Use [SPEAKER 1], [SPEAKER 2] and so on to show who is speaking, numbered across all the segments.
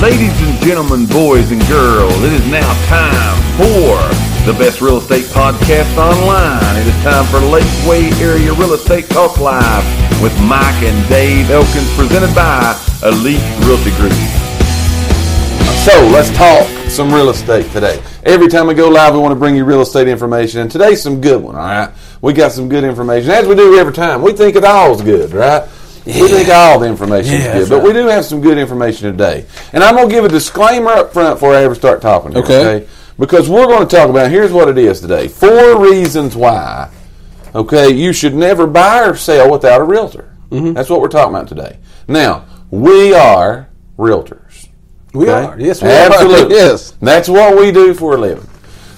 [SPEAKER 1] Ladies and gentlemen, boys and girls, it is now time for the best real estate podcast online. It is time for Lakeway Area Real Estate Talk Live with Mike and Dave Elkins, presented by Elite Realty Group.
[SPEAKER 2] So let's talk some real estate today. Every time we go live, we want to bring you real estate information, and today's some good one. All right, we got some good information as we do every time. We think it all's good, right? We think all the information
[SPEAKER 3] Yeah,
[SPEAKER 2] is
[SPEAKER 3] that's
[SPEAKER 2] good, but we do have some good information today. And I'm gonna give a disclaimer up front before I ever start talking. Here,
[SPEAKER 3] Okay.
[SPEAKER 2] because we're going to talk about here's what it is today: four reasons why Okay, you should never buy or sell without a realtor. Mm-hmm.
[SPEAKER 3] Mm-hmm.
[SPEAKER 2] That's what we're talking about today. Now, we are realtors.
[SPEAKER 3] We
[SPEAKER 2] okay?
[SPEAKER 3] are. Yes, we are.
[SPEAKER 2] Absolutely.
[SPEAKER 3] Yes.
[SPEAKER 2] That's what we do for a living.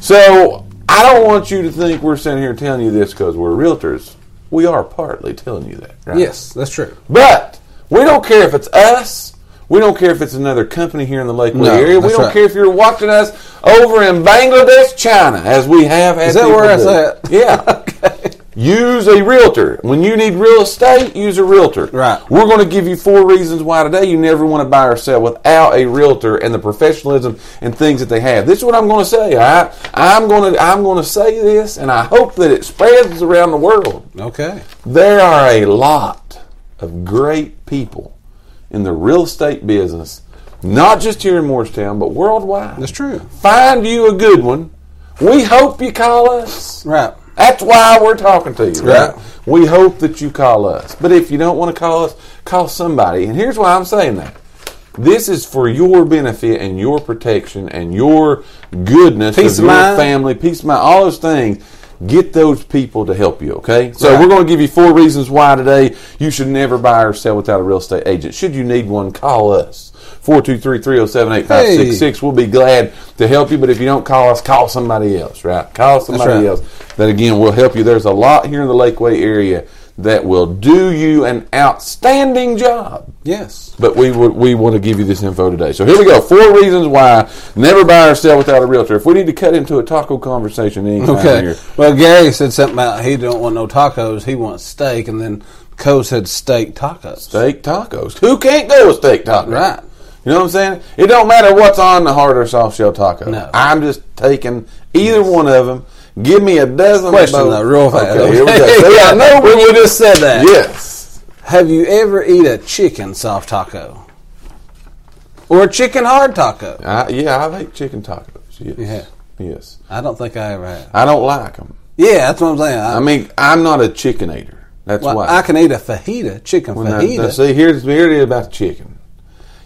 [SPEAKER 2] So, I don't want you to think we're sitting here telling you this because we're realtors. We are partly telling you that. Right?
[SPEAKER 3] Yes, that's true.
[SPEAKER 2] But we don't care if it's us. We don't care if it's another company here in the Lakewood
[SPEAKER 3] No,
[SPEAKER 2] area. We
[SPEAKER 3] that's
[SPEAKER 2] don't
[SPEAKER 3] right.
[SPEAKER 2] care if you're watching us over in Bangladesh, China, as we have. Is
[SPEAKER 3] that where it's at?
[SPEAKER 2] Yeah. Use a realtor. When you need real estate, use a realtor.
[SPEAKER 3] Right.
[SPEAKER 2] We're going to give you four reasons why today you never want to buy or sell without a realtor and the professionalism and things that they have. This is what I'm going to say. All right. I'm going to I'm going to say this, and I hope that it spreads around the world.
[SPEAKER 3] Okay.
[SPEAKER 2] There are a lot of great people in the real estate business, not just here in Morristown, but worldwide.
[SPEAKER 3] That's true.
[SPEAKER 2] Find you a good one. We hope you call us.
[SPEAKER 3] Right.
[SPEAKER 2] That's why we're talking to you. Right?
[SPEAKER 3] Right.
[SPEAKER 2] We hope that you call us. But if you don't want to call us, call somebody. And here's why I'm saying that. This is for your benefit and your protection and your goodness
[SPEAKER 3] Peace
[SPEAKER 2] of
[SPEAKER 3] of
[SPEAKER 2] your
[SPEAKER 3] mind.
[SPEAKER 2] family, peace of mind, all those things. Get those people to help you, okay? So
[SPEAKER 3] Right.
[SPEAKER 2] we're going to give you four reasons why today you should never buy or sell without a real estate agent. Should you need one, call us. 423-307-8566. We'll be glad to help you, but if you don't call us, call somebody else, right? Call somebody
[SPEAKER 3] right.
[SPEAKER 2] else that again will help you. There's a lot here in the Lakeway area that will do you an outstanding job.
[SPEAKER 3] Yes.
[SPEAKER 2] But we would we want to give you this info today. So here we go. Four reasons why never buy or sell without a realtor. If we need to cut into a taco conversation, anytime
[SPEAKER 3] Okay.
[SPEAKER 2] here.
[SPEAKER 3] Well, Gary said something about he don't want no tacos. He wants steak, and then Co said steak tacos.
[SPEAKER 2] Steak tacos. Who can't go with steak tacos?
[SPEAKER 3] Right.
[SPEAKER 2] You know what I'm saying? It don't matter what's on the hard or soft shell taco.
[SPEAKER 3] No.
[SPEAKER 2] I'm just taking either one of them. Give me a dozen. of
[SPEAKER 3] Question
[SPEAKER 2] both.
[SPEAKER 3] though, real fast.
[SPEAKER 2] Okay, here we go. See, I know
[SPEAKER 3] when you just said that.
[SPEAKER 2] Yes.
[SPEAKER 3] Have you ever eat a chicken soft taco or a chicken hard taco?
[SPEAKER 2] I, yeah, I like chicken tacos. Yes.
[SPEAKER 3] Yeah.
[SPEAKER 2] Yes.
[SPEAKER 3] I don't think I ever have.
[SPEAKER 2] I don't like them.
[SPEAKER 3] Yeah, that's what I'm saying. I,
[SPEAKER 2] I mean, I'm not a chicken eater. That's
[SPEAKER 3] well,
[SPEAKER 2] why.
[SPEAKER 3] I can eat a fajita, chicken
[SPEAKER 2] Well, now-
[SPEAKER 3] fajita.
[SPEAKER 2] now, see, here's here it is about the chicken.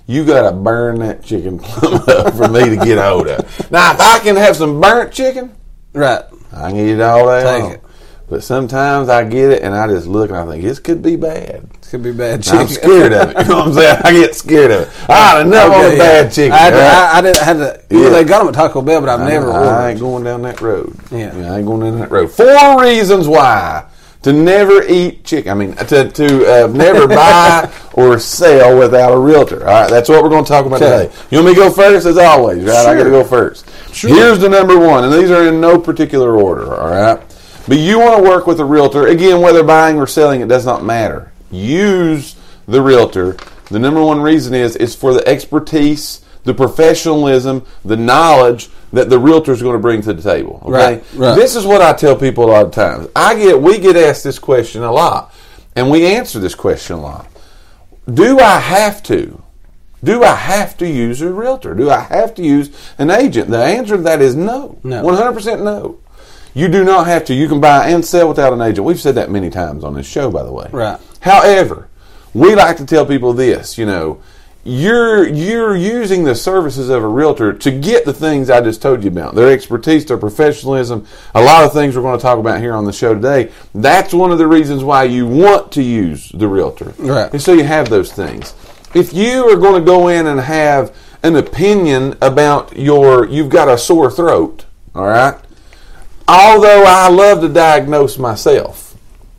[SPEAKER 2] You gotta burn that chicken plum up for me to get hold of. Now, if I can have some burnt chicken,
[SPEAKER 3] right.
[SPEAKER 2] I can eat it all day
[SPEAKER 3] Take
[SPEAKER 2] long.
[SPEAKER 3] it.
[SPEAKER 2] But sometimes I get it and I just look and I think this could be bad.
[SPEAKER 3] Could be bad chicken.
[SPEAKER 2] I'm scared of it. You know what I'm saying? I get scared of it. All right, enough on
[SPEAKER 3] Okay,
[SPEAKER 2] the
[SPEAKER 3] Oh, yeah.
[SPEAKER 2] bad chicken.
[SPEAKER 3] I, had to-
[SPEAKER 2] all right?
[SPEAKER 3] I, I didn't had to.
[SPEAKER 2] Yeah.
[SPEAKER 3] Well, they got them at Taco Bell, but I've never
[SPEAKER 2] I, I ain't going
[SPEAKER 3] ordered.
[SPEAKER 2] down that road.
[SPEAKER 3] Yeah.
[SPEAKER 2] I ain't going down that road. Four reasons why to never eat chicken. I mean, to, to uh, never buy or sell without a realtor. All right, that's what we're going to talk about
[SPEAKER 3] Okay.
[SPEAKER 2] today. You want me to go first, as always, right? I got to go
[SPEAKER 3] Sure.
[SPEAKER 2] first.
[SPEAKER 3] Sure.
[SPEAKER 2] Here's the number one, and these are in no particular order. All right, but you want to work with a realtor again, whether buying or selling, it does not matter. Use the realtor. The number one reason is is for the expertise, the professionalism, the knowledge that the realtor is going to bring to the table. Okay,
[SPEAKER 3] Right, right.
[SPEAKER 2] this is what I tell people a lot of times. I get we get asked this question a lot, and we answer this question a lot. Do I have to? Do I have to use a realtor? Do I have to use an agent? The answer to that is no.
[SPEAKER 3] No.
[SPEAKER 2] 100% no. You do not have to. You can buy and sell without an agent. We've said that many times on this show, by the way.
[SPEAKER 3] Right.
[SPEAKER 2] However, we like to tell people this, you know, you're you're using the services of a realtor to get the things I just told you about. Their expertise, their professionalism, a lot of things we're going to talk about here on the show today. That's one of the reasons why you want to use the realtor.
[SPEAKER 3] Right.
[SPEAKER 2] Is so you have those things. If you are going to go in and have an opinion about your you've got a sore throat, all right? Although I love to diagnose myself,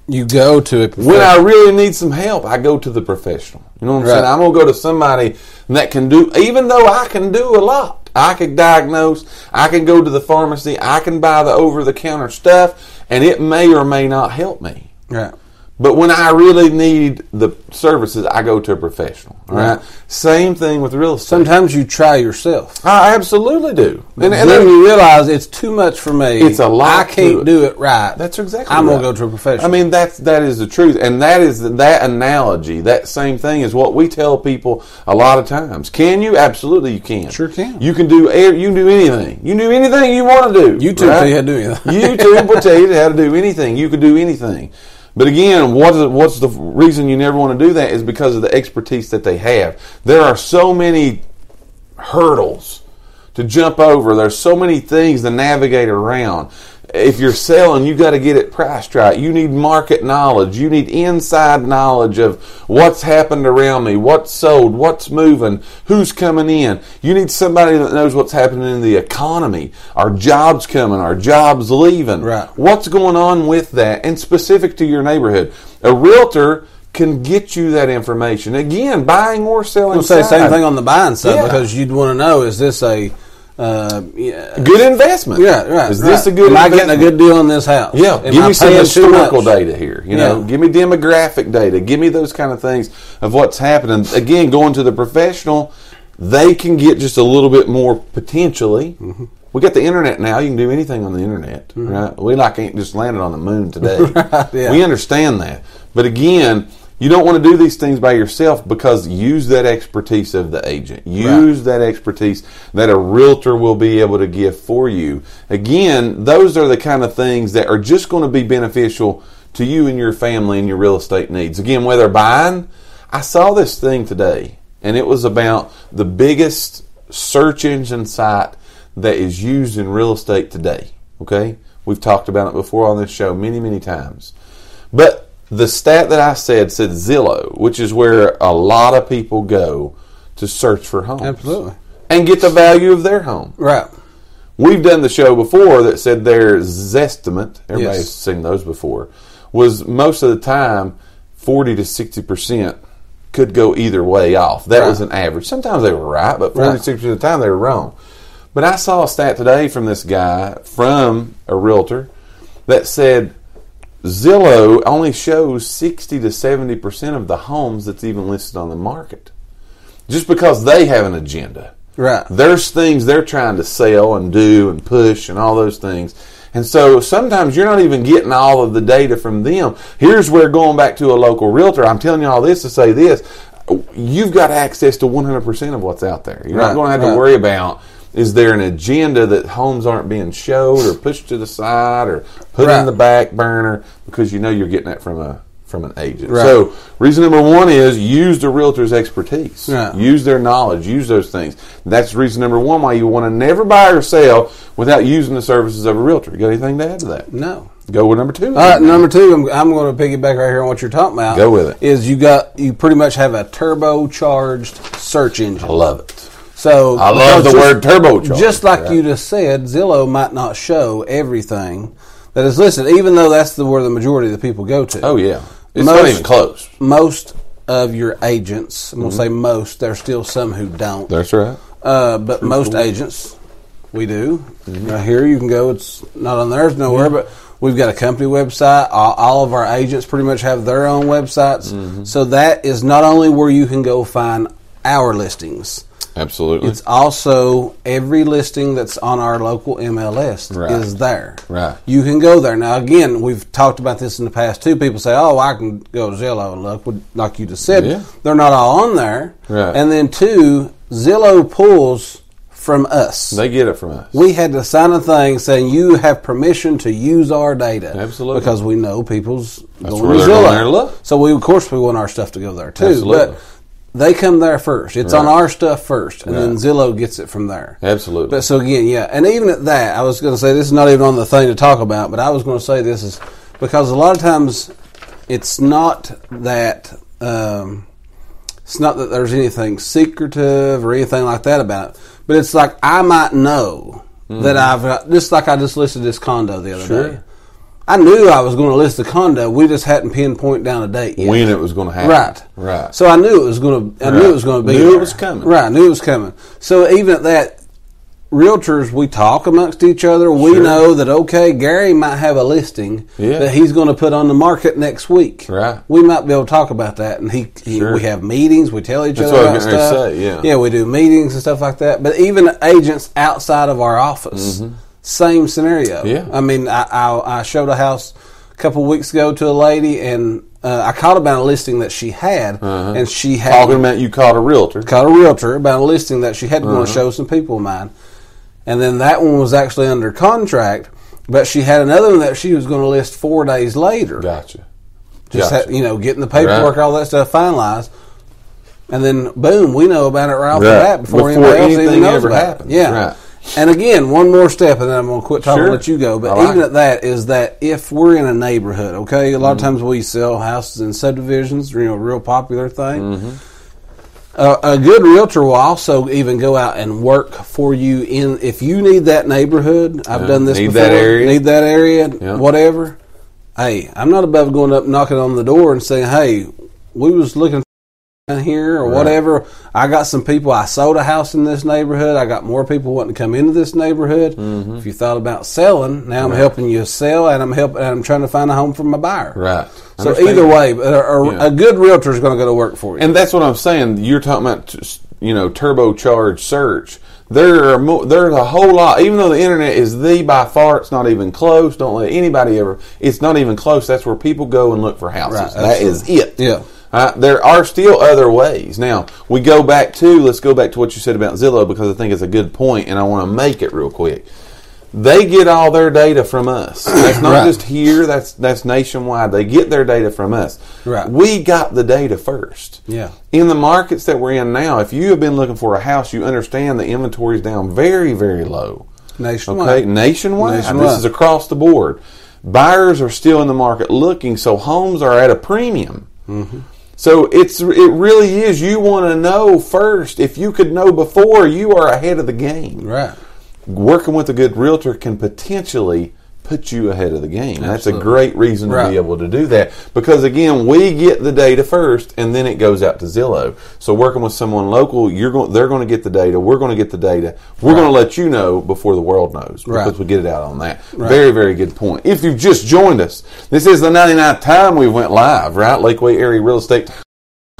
[SPEAKER 3] You go to a
[SPEAKER 2] when I really need some help, I go to the professional. You know what I'm
[SPEAKER 3] Right.
[SPEAKER 2] saying? I'm gonna go to somebody that can do. Even though I can do a lot, I can diagnose. I can go to the pharmacy. I can buy the over-the-counter stuff, and it may or may not help me.
[SPEAKER 3] right.
[SPEAKER 2] But when I really need the services, I go to a professional. All right. Same thing with real estate.
[SPEAKER 3] Sometimes you try yourself.
[SPEAKER 2] I absolutely do. And, and
[SPEAKER 3] then
[SPEAKER 2] there-
[SPEAKER 3] you realize it's too much for me.
[SPEAKER 2] It's a lot
[SPEAKER 3] I can't
[SPEAKER 2] to it.
[SPEAKER 3] do it right.
[SPEAKER 2] That's exactly.
[SPEAKER 3] I'm
[SPEAKER 2] right.
[SPEAKER 3] gonna go to a professional.
[SPEAKER 2] I mean, that's that is the truth, and that is that analogy, that same thing is what we tell people a lot of times. Can you? Absolutely, you can.
[SPEAKER 3] Sure can.
[SPEAKER 2] You can do. air- You can do anything. You can do anything you want to do.
[SPEAKER 3] YouTube tell you how to do anything.
[SPEAKER 2] YouTube will tell you how to do anything. You can do anything. But again, what is, what's the reason you never want to do that is because of the expertise that they have. There are so many hurdles to jump over. There's so many things to navigate around. If you're selling, you got to get it priced right. You need market knowledge. You need inside knowledge of what's happened around me, what's sold, what's moving, who's coming in. You need somebody that knows what's happening in the economy. Are jobs coming? Are jobs leaving?
[SPEAKER 3] Right.
[SPEAKER 2] What's going on with that? And specific to your neighborhood, a realtor can get you that information. Again, buying or selling.
[SPEAKER 3] would say same
[SPEAKER 2] side.
[SPEAKER 3] thing on the buying side
[SPEAKER 2] Yeah.
[SPEAKER 3] because you'd want to know is this a uh, yeah,
[SPEAKER 2] good investment.
[SPEAKER 3] yeah right
[SPEAKER 2] Is this
[SPEAKER 3] right.
[SPEAKER 2] a good?
[SPEAKER 3] am I
[SPEAKER 2] investment?
[SPEAKER 3] getting a good deal on this house
[SPEAKER 2] Yeah,
[SPEAKER 3] Am
[SPEAKER 2] give
[SPEAKER 3] I
[SPEAKER 2] me some
[SPEAKER 3] paying too
[SPEAKER 2] historical
[SPEAKER 3] much?
[SPEAKER 2] data here. You know,
[SPEAKER 3] Yeah.
[SPEAKER 2] give me demographic data. Give me those kind of things of what's happening. Again, going to the professional, they can get just a little bit more potentially.
[SPEAKER 3] Mm-hmm.
[SPEAKER 2] We got the internet now. You can do anything on the internet, right? We like ain't just landed on the moon today.
[SPEAKER 3] yeah.
[SPEAKER 2] We understand that, but again. You don't want to do these things by yourself because use that expertise of the agent. Use that expertise that a realtor will be able to give for you. Again, those are the kind of things that are just going to be beneficial to you and your family and your real estate needs. Again, whether buying, I saw this thing today and it was about the biggest search engine site that is used in real estate today. Okay? We've talked about it before on this show many, many times. But the stat that I said said Zillow, which is where a lot of people go to search for homes.
[SPEAKER 3] Absolutely.
[SPEAKER 2] And get the value of their home.
[SPEAKER 3] right
[SPEAKER 2] We've done the show before that said their Zestimate, everybody's
[SPEAKER 3] Yes.
[SPEAKER 2] seen those before, was most of the time 40 to 60% could go either way off. That
[SPEAKER 3] Right.
[SPEAKER 2] was an average. Sometimes they were right, but
[SPEAKER 3] Right.
[SPEAKER 2] 46% of the time they were wrong. But I saw a stat today from this guy, from a realtor, that said Zillow only shows 60 to 70% of the homes that's even listed on the market. Just because they have an agenda
[SPEAKER 3] right
[SPEAKER 2] there's things they're trying to sell and do and push and all those things. And so sometimes you're not even getting all of the data from them. Here's where going back to a local realtor, I'm telling you all this to say this. You've got access to 100% of what's out there. You're
[SPEAKER 3] Right,
[SPEAKER 2] not going to have
[SPEAKER 3] right.
[SPEAKER 2] to worry about is there an agenda that homes aren't being showed or pushed to the side or put
[SPEAKER 3] Right.
[SPEAKER 2] in the back burner because you know you're getting that from a from an agent.
[SPEAKER 3] Right.
[SPEAKER 2] So reason number one is use the realtor's expertise.
[SPEAKER 3] Yeah.
[SPEAKER 2] Use their knowledge. Use those things. That's reason number one why you want to never buy or sell without using the services of a realtor. You got anything to add to that?
[SPEAKER 3] no
[SPEAKER 2] Go with number two.
[SPEAKER 3] All right, number two, I'm, I'm going to piggyback right here on what you're talking about.
[SPEAKER 2] Go with it.
[SPEAKER 3] Is you got you pretty much have a turbocharged search
[SPEAKER 2] I
[SPEAKER 3] engine.
[SPEAKER 2] love it.
[SPEAKER 3] So
[SPEAKER 2] I love the
[SPEAKER 3] because
[SPEAKER 2] word turbocharged.
[SPEAKER 3] Just like
[SPEAKER 2] Right.
[SPEAKER 3] you just said, Zillow might not show everything that is listed, even though that's the where the majority of the people go to.
[SPEAKER 2] Oh yeah, it's not
[SPEAKER 3] Most-
[SPEAKER 2] even close. Mm-hmm.
[SPEAKER 3] Most of your agents, I'm going to say most. There's still some who don't.
[SPEAKER 2] That's right.
[SPEAKER 3] Uh, but most agents, we do. Right here, you can go. It's not on theirs nowhere, but we've got a company website. All, all of our agents pretty much have their own websites. So that is not only where you can go find our listings.
[SPEAKER 2] Absolutely.
[SPEAKER 3] It's also every listing that's on our local MLS
[SPEAKER 2] Right.
[SPEAKER 3] is there.
[SPEAKER 2] Right.
[SPEAKER 3] You can go there. Now, again, we've talked about this in the past too. People say, "Oh, I can go to Zillow and look," would- like you just said.
[SPEAKER 2] Yeah.
[SPEAKER 3] They're not all on there.
[SPEAKER 2] Right.
[SPEAKER 3] And then two, Zillow pulls from us.
[SPEAKER 2] they get it from us.
[SPEAKER 3] we had to sign a thing saying you have permission to use our data.
[SPEAKER 2] Absolutely.
[SPEAKER 3] Because we know people's going
[SPEAKER 2] where
[SPEAKER 3] to
[SPEAKER 2] they're going
[SPEAKER 3] Zillow.
[SPEAKER 2] there to look.
[SPEAKER 3] So we of course we want our stuff to go there too.
[SPEAKER 2] Absolutely.
[SPEAKER 3] But they come there first. It's on
[SPEAKER 2] Right.
[SPEAKER 3] our stuff first, and then
[SPEAKER 2] Right.
[SPEAKER 3] Zillow gets it from there.
[SPEAKER 2] Absolutely.
[SPEAKER 3] But so again, yeah, and even at that, I was going to say this is not even on the thing to talk about, but I was going to say this is because a lot of times it's not that um, it's not that there's anything secretive or anything like that about it, but it's like I might know that I've got just like I just listed this condo the other
[SPEAKER 2] Mm-hmm. Sure.
[SPEAKER 3] day. I knew I was going to list the condo. We just hadn't pinpoint down a date yet.
[SPEAKER 2] When it was going to happen.
[SPEAKER 3] Right.
[SPEAKER 2] Right.
[SPEAKER 3] So I knew it was going to. I knew it was going to be.
[SPEAKER 2] Knew it
[SPEAKER 3] there.
[SPEAKER 2] was coming.
[SPEAKER 3] Right. I knew it was coming. So even at that, realtors, we talk amongst each other. We
[SPEAKER 2] Sure.
[SPEAKER 3] know that okay, Gary might have a listing
[SPEAKER 2] Yeah.
[SPEAKER 3] that he's going to put on the market next week.
[SPEAKER 2] Right.
[SPEAKER 3] We might be able to talk about that, and he, he
[SPEAKER 2] Sure.
[SPEAKER 3] we have meetings. We tell each
[SPEAKER 2] That's
[SPEAKER 3] other
[SPEAKER 2] what I
[SPEAKER 3] about
[SPEAKER 2] was getting ready to
[SPEAKER 3] stuff.
[SPEAKER 2] say, yeah.
[SPEAKER 3] yeah, we do meetings and stuff like that. But even agents outside of our office, same scenario.
[SPEAKER 2] Mm-hmm. Yeah.
[SPEAKER 3] I mean, I, I I showed a house a couple weeks ago to a lady, and uh, I called about a listing that she had, and she had
[SPEAKER 2] Talking about you caught a realtor.
[SPEAKER 3] called a realtor about a listing that she had going to show some people of mine. And then that one was actually under contract, but she had another one that she was going to list four days later.
[SPEAKER 2] Gotcha.
[SPEAKER 3] Just
[SPEAKER 2] gotcha.
[SPEAKER 3] had, you know, getting the paperwork,
[SPEAKER 2] Right.
[SPEAKER 3] all that stuff finalized. And then boom, we know about it right off
[SPEAKER 2] Right.
[SPEAKER 3] the bat
[SPEAKER 2] Before
[SPEAKER 3] before, anybody else even
[SPEAKER 2] anything
[SPEAKER 3] knows
[SPEAKER 2] ever
[SPEAKER 3] about
[SPEAKER 2] happens.
[SPEAKER 3] it. Yeah.
[SPEAKER 2] Right.
[SPEAKER 3] And again, one more step, and then I'm going to quit talking
[SPEAKER 2] Sure.
[SPEAKER 3] and let you go. But
[SPEAKER 2] I like
[SPEAKER 3] even
[SPEAKER 2] it.
[SPEAKER 3] at that is that if we're in a neighborhood, okay, a lot
[SPEAKER 2] Mm-hmm.
[SPEAKER 3] of times we sell houses in subdivisions, you know, a real popular thing
[SPEAKER 2] Mm-hmm.
[SPEAKER 3] a a good realtor will also even go out and work for you in if you need that neighborhood. I've
[SPEAKER 2] Yeah,
[SPEAKER 3] done this
[SPEAKER 2] need
[SPEAKER 3] before.
[SPEAKER 2] that area.
[SPEAKER 3] Need that area.
[SPEAKER 2] Yeah.
[SPEAKER 3] Whatever. Hey, I'm not above going up, knocking on the door, and saying, "Hey, we was looking down here or
[SPEAKER 2] Right.
[SPEAKER 3] whatever. I got some people. I sold a house in this neighborhood. I got more people wanting to come into this neighborhood.
[SPEAKER 2] Mm-hmm.
[SPEAKER 3] If you thought about selling, now I'm helping you sell, and I'm helping. And I'm trying to find a home for my buyer.
[SPEAKER 2] Right.
[SPEAKER 3] So
[SPEAKER 2] Understand.
[SPEAKER 3] either way, a, a,
[SPEAKER 2] Yeah.
[SPEAKER 3] a good realtor is going to go to work for you.
[SPEAKER 2] And that's what I'm saying. You're talking about you know turbocharged search. There are mo- there's a whole lot. Even though the internet is the by far, it's not even close. Don't let anybody ever. It's not even close. That's where people go and look for houses.
[SPEAKER 3] Right,
[SPEAKER 2] that is it.
[SPEAKER 3] Yeah.
[SPEAKER 2] Uh, there are still other ways. Now we go back to let's go back to what you said about Zillow because I think it's a good point and I want to make it real quick. They get all their data from us. That's not
[SPEAKER 3] Right.
[SPEAKER 2] just here. That's that's nationwide. They get their data from us.
[SPEAKER 3] Right.
[SPEAKER 2] We got the data first.
[SPEAKER 3] Yeah.
[SPEAKER 2] In the markets that we're in now, if you have been looking for a house, you understand the inventory is down very, very low.
[SPEAKER 3] Nationwide.
[SPEAKER 2] Okay, nationwide. This
[SPEAKER 3] Nationwide.
[SPEAKER 2] is across the board. Buyers are still in the market looking, so homes are at a premium.
[SPEAKER 3] Mm-hmm.
[SPEAKER 2] So it's it really is. You want to know first. If you could know before, you are ahead of the game
[SPEAKER 3] Right.
[SPEAKER 2] working with a good realtor can potentially put you ahead of the game. And That's a great reason to
[SPEAKER 3] Right.
[SPEAKER 2] be able to do that because again, we get the data first and then it goes out to Zillow. So working with someone local, you're going they're going to get the data, we're going to get the data. We're going to let you know before the world knows because
[SPEAKER 3] Right.
[SPEAKER 2] we get it out on that. Very very good point. If you've just joined us, this is the 99th time we went live, right? Lakeway Area Real Estate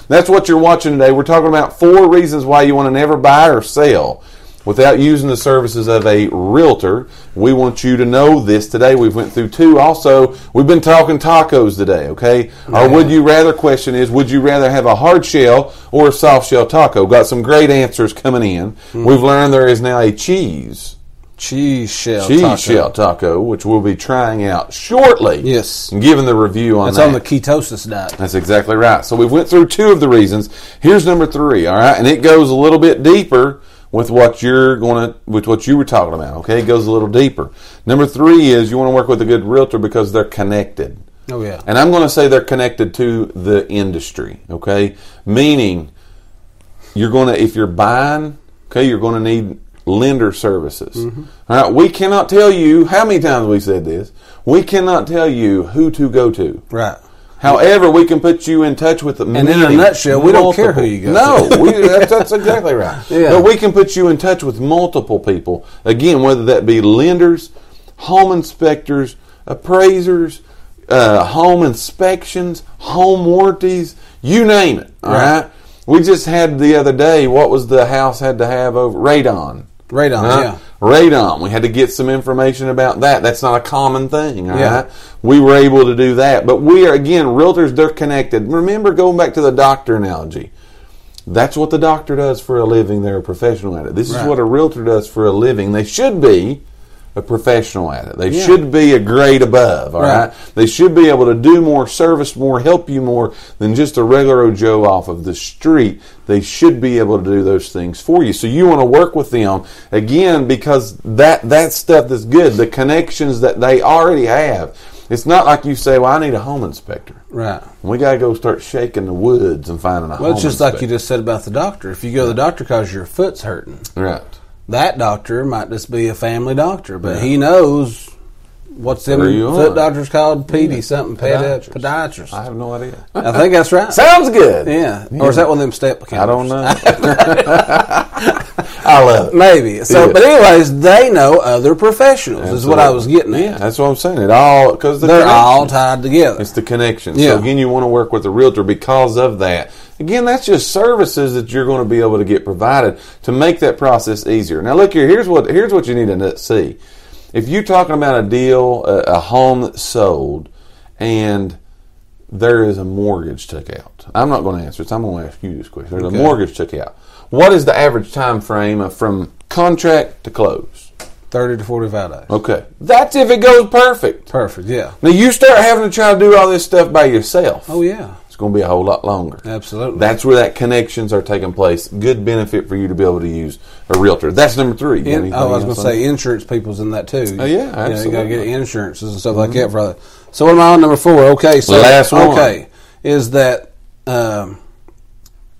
[SPEAKER 2] that's what you're watching today. We're talking about four reasons why you want to never buy or sell without using the services of a realtor. We want you to know this today. We've went through two. Also, we've been talking tacos today, okay? Our would you rather question is would you rather have a hard shell or a soft shell taco? Got some great answers coming in.
[SPEAKER 3] Hmm.
[SPEAKER 2] We've learned there is now a cheese
[SPEAKER 3] cheese shell.
[SPEAKER 2] cheese
[SPEAKER 3] taco.
[SPEAKER 2] shell taco, which we'll be trying out shortly.
[SPEAKER 3] Yes.
[SPEAKER 2] And giving the review on
[SPEAKER 3] That's
[SPEAKER 2] that.
[SPEAKER 3] on the ketosis diet.
[SPEAKER 2] That's exactly right. So we've went through two of the reasons. Here's number three. All right, and it goes a little bit deeper with what you're going to with what you were talking about. Okay, it goes a little deeper. Number three is you want to work with a good realtor because they're connected.
[SPEAKER 3] Oh yeah.
[SPEAKER 2] And I'm going to say they're connected to the industry, okay? Meaning you're going to if you're buying, okay, you're going to need lender services. All right, we cannot tell you how many times we said this. We cannot tell you who to go to.
[SPEAKER 3] right.
[SPEAKER 2] However, we can put you in touch with the
[SPEAKER 3] in a nutshell, we don't care who you go
[SPEAKER 2] No, we, that's, that's exactly right.
[SPEAKER 3] Yeah.
[SPEAKER 2] But we can put you in touch with multiple people. Again, whether that be lenders, home inspectors, appraisers, uh, home inspections, home warranties, you name it. All right.
[SPEAKER 3] Right.
[SPEAKER 2] We just had the other day. What was the house had to have over radon?
[SPEAKER 3] Radon.
[SPEAKER 2] Huh?
[SPEAKER 3] Yeah.
[SPEAKER 2] Radon. We had to get some information about that. That's not a common thing. all right?
[SPEAKER 3] Yeah.
[SPEAKER 2] We were able to do that. But we are, again, realtors, they're connected. Remember going back to the doctor analogy. That's what the doctor does for a living. They're a professional at it. This is
[SPEAKER 3] Right.
[SPEAKER 2] what a realtor does for a living. They should be a professional at it. They should be a grade above, All right.
[SPEAKER 3] Right.
[SPEAKER 2] They should be able to do more, service more, help you more than just a regular old Joe off of the street. They should be able to do those things for you. So you want to work with them again because that that stuff is good. The connections that they already have. It's not like you say, "Well, I need a home inspector."
[SPEAKER 3] Right.
[SPEAKER 2] We gotta go start shaking the woods and finding a home.
[SPEAKER 3] Well, it's just like you
[SPEAKER 2] inspector.
[SPEAKER 3] just said about the doctor. If you go to the doctor because your foot's hurting,
[SPEAKER 2] right.
[SPEAKER 3] that doctor might just be a family doctor, but he knows what's them
[SPEAKER 2] Where you
[SPEAKER 3] foot
[SPEAKER 2] are.
[SPEAKER 3] doctors called PD something pedi-
[SPEAKER 2] Podiatrist.
[SPEAKER 3] podiatrist.
[SPEAKER 2] I have no idea.
[SPEAKER 3] I think that's right.
[SPEAKER 2] Sounds good.
[SPEAKER 3] yeah. Or is that one of them step?
[SPEAKER 2] I don't know. I love it.
[SPEAKER 3] Maybe. So,
[SPEAKER 2] Yeah.
[SPEAKER 3] but anyways, they know other professionals is what I was getting at.
[SPEAKER 2] Yeah, that's what I'm saying. It all because the
[SPEAKER 3] They're
[SPEAKER 2] connection.
[SPEAKER 3] all tied together.
[SPEAKER 2] It's the connection.
[SPEAKER 3] Yeah.
[SPEAKER 2] So again, you want to work with a realtor because of that. Again, that's just services that you're going to be able to get provided to make that process easier. Now, look here. Here's what here's what you need to kn- see. If you're talking about a deal, a, a home that's sold, and there is a mortgage took out. I'm not going to answer this. I'm going to ask you this question. There's
[SPEAKER 3] Okay.
[SPEAKER 2] a mortgage took out. What is the average time frame of from contract to close?
[SPEAKER 3] Thirty to forty-five days.
[SPEAKER 2] Okay, that's if it goes perfect.
[SPEAKER 3] Perfect. Yeah.
[SPEAKER 2] Now you start having to try to do all this stuff by yourself.
[SPEAKER 3] Oh yeah.
[SPEAKER 2] It's going to be a whole lot longer.
[SPEAKER 3] Absolutely.
[SPEAKER 2] That's where that connections are taking place. Good benefit for you to be able to use a realtor. That's number three. You got
[SPEAKER 3] In-
[SPEAKER 2] anything
[SPEAKER 3] oh, I was going
[SPEAKER 2] else
[SPEAKER 3] to
[SPEAKER 2] on
[SPEAKER 3] say
[SPEAKER 2] that?
[SPEAKER 3] insurance people's in that too.
[SPEAKER 2] Oh, yeah,
[SPEAKER 3] you got to get
[SPEAKER 2] absolutely. Mm-hmm.
[SPEAKER 3] insurances and stuff like that for that. So what am I on number four? Okay, so
[SPEAKER 2] Last one.
[SPEAKER 3] Okay, is that um,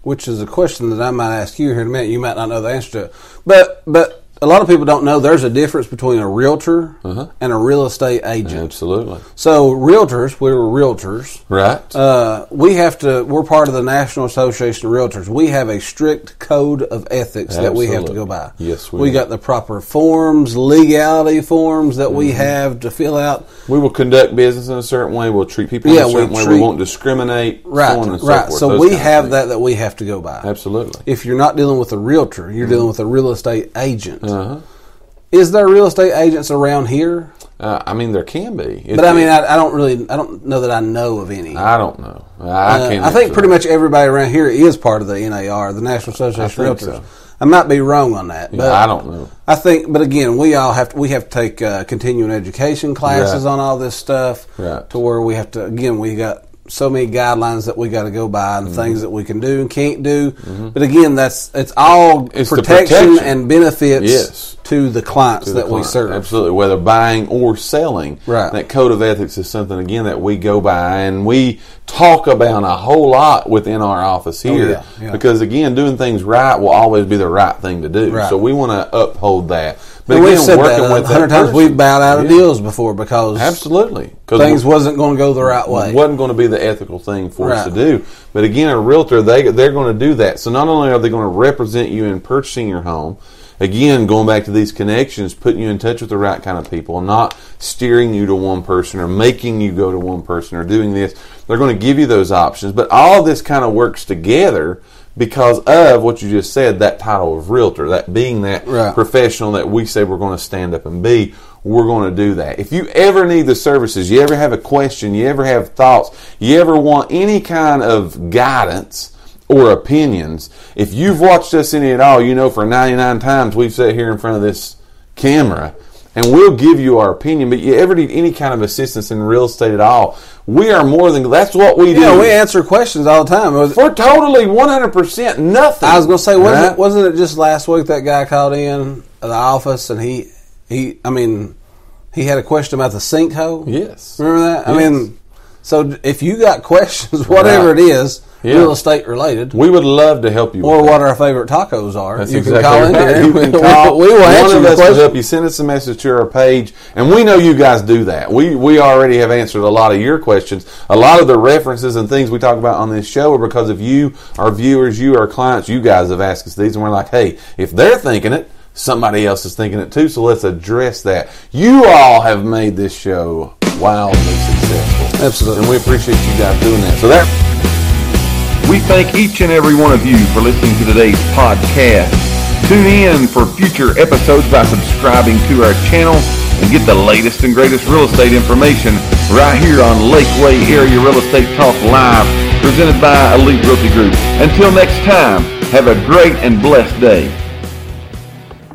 [SPEAKER 3] which is a question that I might ask you here in a minute. You might not know the answer to, it. but but a lot of people don't know there's a difference between a realtor
[SPEAKER 2] Uh-huh.
[SPEAKER 3] and a real estate agent.
[SPEAKER 2] absolutely
[SPEAKER 3] So realtors, we were realtors.
[SPEAKER 2] right.
[SPEAKER 3] Uh, we have to. We're part of the National Association of Realtors. We have a strict code of ethics that we have to
[SPEAKER 2] Absolutely.
[SPEAKER 3] go by.
[SPEAKER 2] Yes, we
[SPEAKER 3] we
[SPEAKER 2] do.
[SPEAKER 3] got the proper forms, legality forms that
[SPEAKER 2] Mm-hmm.
[SPEAKER 3] we have to fill out.
[SPEAKER 2] we will conduct business in a certain way. We'll treat people
[SPEAKER 3] Yeah,
[SPEAKER 2] in a
[SPEAKER 3] we
[SPEAKER 2] certain way.
[SPEAKER 3] treat-
[SPEAKER 2] We won't discriminate.
[SPEAKER 3] Right,
[SPEAKER 2] so on and so
[SPEAKER 3] right.
[SPEAKER 2] forth,
[SPEAKER 3] So,
[SPEAKER 2] those
[SPEAKER 3] we
[SPEAKER 2] kind of
[SPEAKER 3] have
[SPEAKER 2] things.
[SPEAKER 3] that that we have to go by.
[SPEAKER 2] Absolutely.
[SPEAKER 3] If you're not dealing with a realtor,
[SPEAKER 2] Mm-hmm.
[SPEAKER 3] you're dealing with a real estate agent.
[SPEAKER 2] Uh-huh.
[SPEAKER 3] Is there real estate agents around here?
[SPEAKER 2] Uh, I mean, there can be. It-
[SPEAKER 3] But I mean, I, I don't really, I don't know that I know of any.
[SPEAKER 2] I don't know. I
[SPEAKER 3] Uh,
[SPEAKER 2] can't.
[SPEAKER 3] I think
[SPEAKER 2] answer
[SPEAKER 3] pretty
[SPEAKER 2] that.
[SPEAKER 3] much everybody around here is part of the NAR, the National Association
[SPEAKER 2] I
[SPEAKER 3] of
[SPEAKER 2] think
[SPEAKER 3] Realtors.
[SPEAKER 2] so.
[SPEAKER 3] I might be wrong on that, but
[SPEAKER 2] I don't know.
[SPEAKER 3] I think, but again, we all have to, we have to take uh, continuing education classes
[SPEAKER 2] Right.
[SPEAKER 3] on all this stuff
[SPEAKER 2] Right.
[SPEAKER 3] to where we have to. Again, we got so many guidelines that we got to go by
[SPEAKER 2] Mm-hmm.
[SPEAKER 3] and things that we can do and can't do. But again, that's it's all
[SPEAKER 2] It's the
[SPEAKER 3] protection,
[SPEAKER 2] protection.
[SPEAKER 3] and benefits
[SPEAKER 2] Yes.
[SPEAKER 3] to the clients
[SPEAKER 2] to the
[SPEAKER 3] that we
[SPEAKER 2] client.
[SPEAKER 3] serve.
[SPEAKER 2] Absolutely, whether buying or selling.
[SPEAKER 3] Right.
[SPEAKER 2] That code of ethics is something again that we go by and we talk about a whole lot within our office here
[SPEAKER 3] Oh, yeah, yeah.
[SPEAKER 2] because again, doing things right will always be the right thing to do.
[SPEAKER 3] Right.
[SPEAKER 2] So we want to uphold that. But
[SPEAKER 3] And we've
[SPEAKER 2] again,
[SPEAKER 3] said
[SPEAKER 2] working
[SPEAKER 3] that
[SPEAKER 2] with
[SPEAKER 3] a hundred times.
[SPEAKER 2] person-
[SPEAKER 3] We've bowed out of
[SPEAKER 2] Yeah,
[SPEAKER 3] deals before because
[SPEAKER 2] Absolutely,
[SPEAKER 3] things wasn't going to go the right way.
[SPEAKER 2] wasn't going to be the ethical thing for us to
[SPEAKER 3] Right.
[SPEAKER 2] do. But again, a realtor they they're going to do that. So not only are they going to represent you in purchasing your home, again going back to these connections, putting you in touch with the right kind of people, not steering you to one person or making you go to one person or doing this. They're going to give you those options. But all this kind of works together because of what you just said, that title of realtor, that being that
[SPEAKER 3] Right.
[SPEAKER 2] professional that we say we're going to stand up and be, we're going to do that. If you ever need the services, you ever have a question, you ever have thoughts, you ever want any kind of guidance or opinions, if you've watched us any at all, you know for 99 times we've sat here in front of this camera and we'll give you our opinion, but you ever need any kind of assistance in real estate at all, we are more than that's what we do.
[SPEAKER 3] Yeah, we answer questions all the time. It was-
[SPEAKER 2] for totally 100% nothing.
[SPEAKER 3] I was going to say, wasn't,
[SPEAKER 2] Right?
[SPEAKER 3] it, wasn't it just last week that guy called in the office and he, he, I mean, he had a question about the sinkhole?
[SPEAKER 2] Yes.
[SPEAKER 3] Remember that? I
[SPEAKER 2] Yes.
[SPEAKER 3] mean, so d- if you got questions, whatever
[SPEAKER 2] Right.
[SPEAKER 3] it is,
[SPEAKER 2] Yeah.
[SPEAKER 3] real estate related,
[SPEAKER 2] We would love to help you.
[SPEAKER 3] or
[SPEAKER 2] with that.
[SPEAKER 3] what our favorite tacos are,
[SPEAKER 2] That's
[SPEAKER 3] you
[SPEAKER 2] exactly
[SPEAKER 3] can call in
[SPEAKER 2] right.
[SPEAKER 3] here.
[SPEAKER 2] You can call.
[SPEAKER 3] we will answer
[SPEAKER 2] One
[SPEAKER 3] the
[SPEAKER 2] of us will
[SPEAKER 3] question.
[SPEAKER 2] help you. Send us a message to our page, and we know you guys do that. We we already have answered a lot of your questions. A lot of the references and things we talk about on this show are because of you, our viewers, you, our clients. You guys have asked us these, and we're like, hey, if they're thinking it. Somebody else is thinking it too, so let's address that. You all have made this show wildly successful.
[SPEAKER 3] Absolutely.
[SPEAKER 2] And we appreciate you guys doing that. So that
[SPEAKER 1] We thank each and every one of you for listening to today's podcast. Tune in for future episodes by subscribing to our channel and get the latest and greatest real estate information right here on Lakeway Area Real Estate Talk Live, presented by Elite Realty Group. Until next time, have a great and blessed day.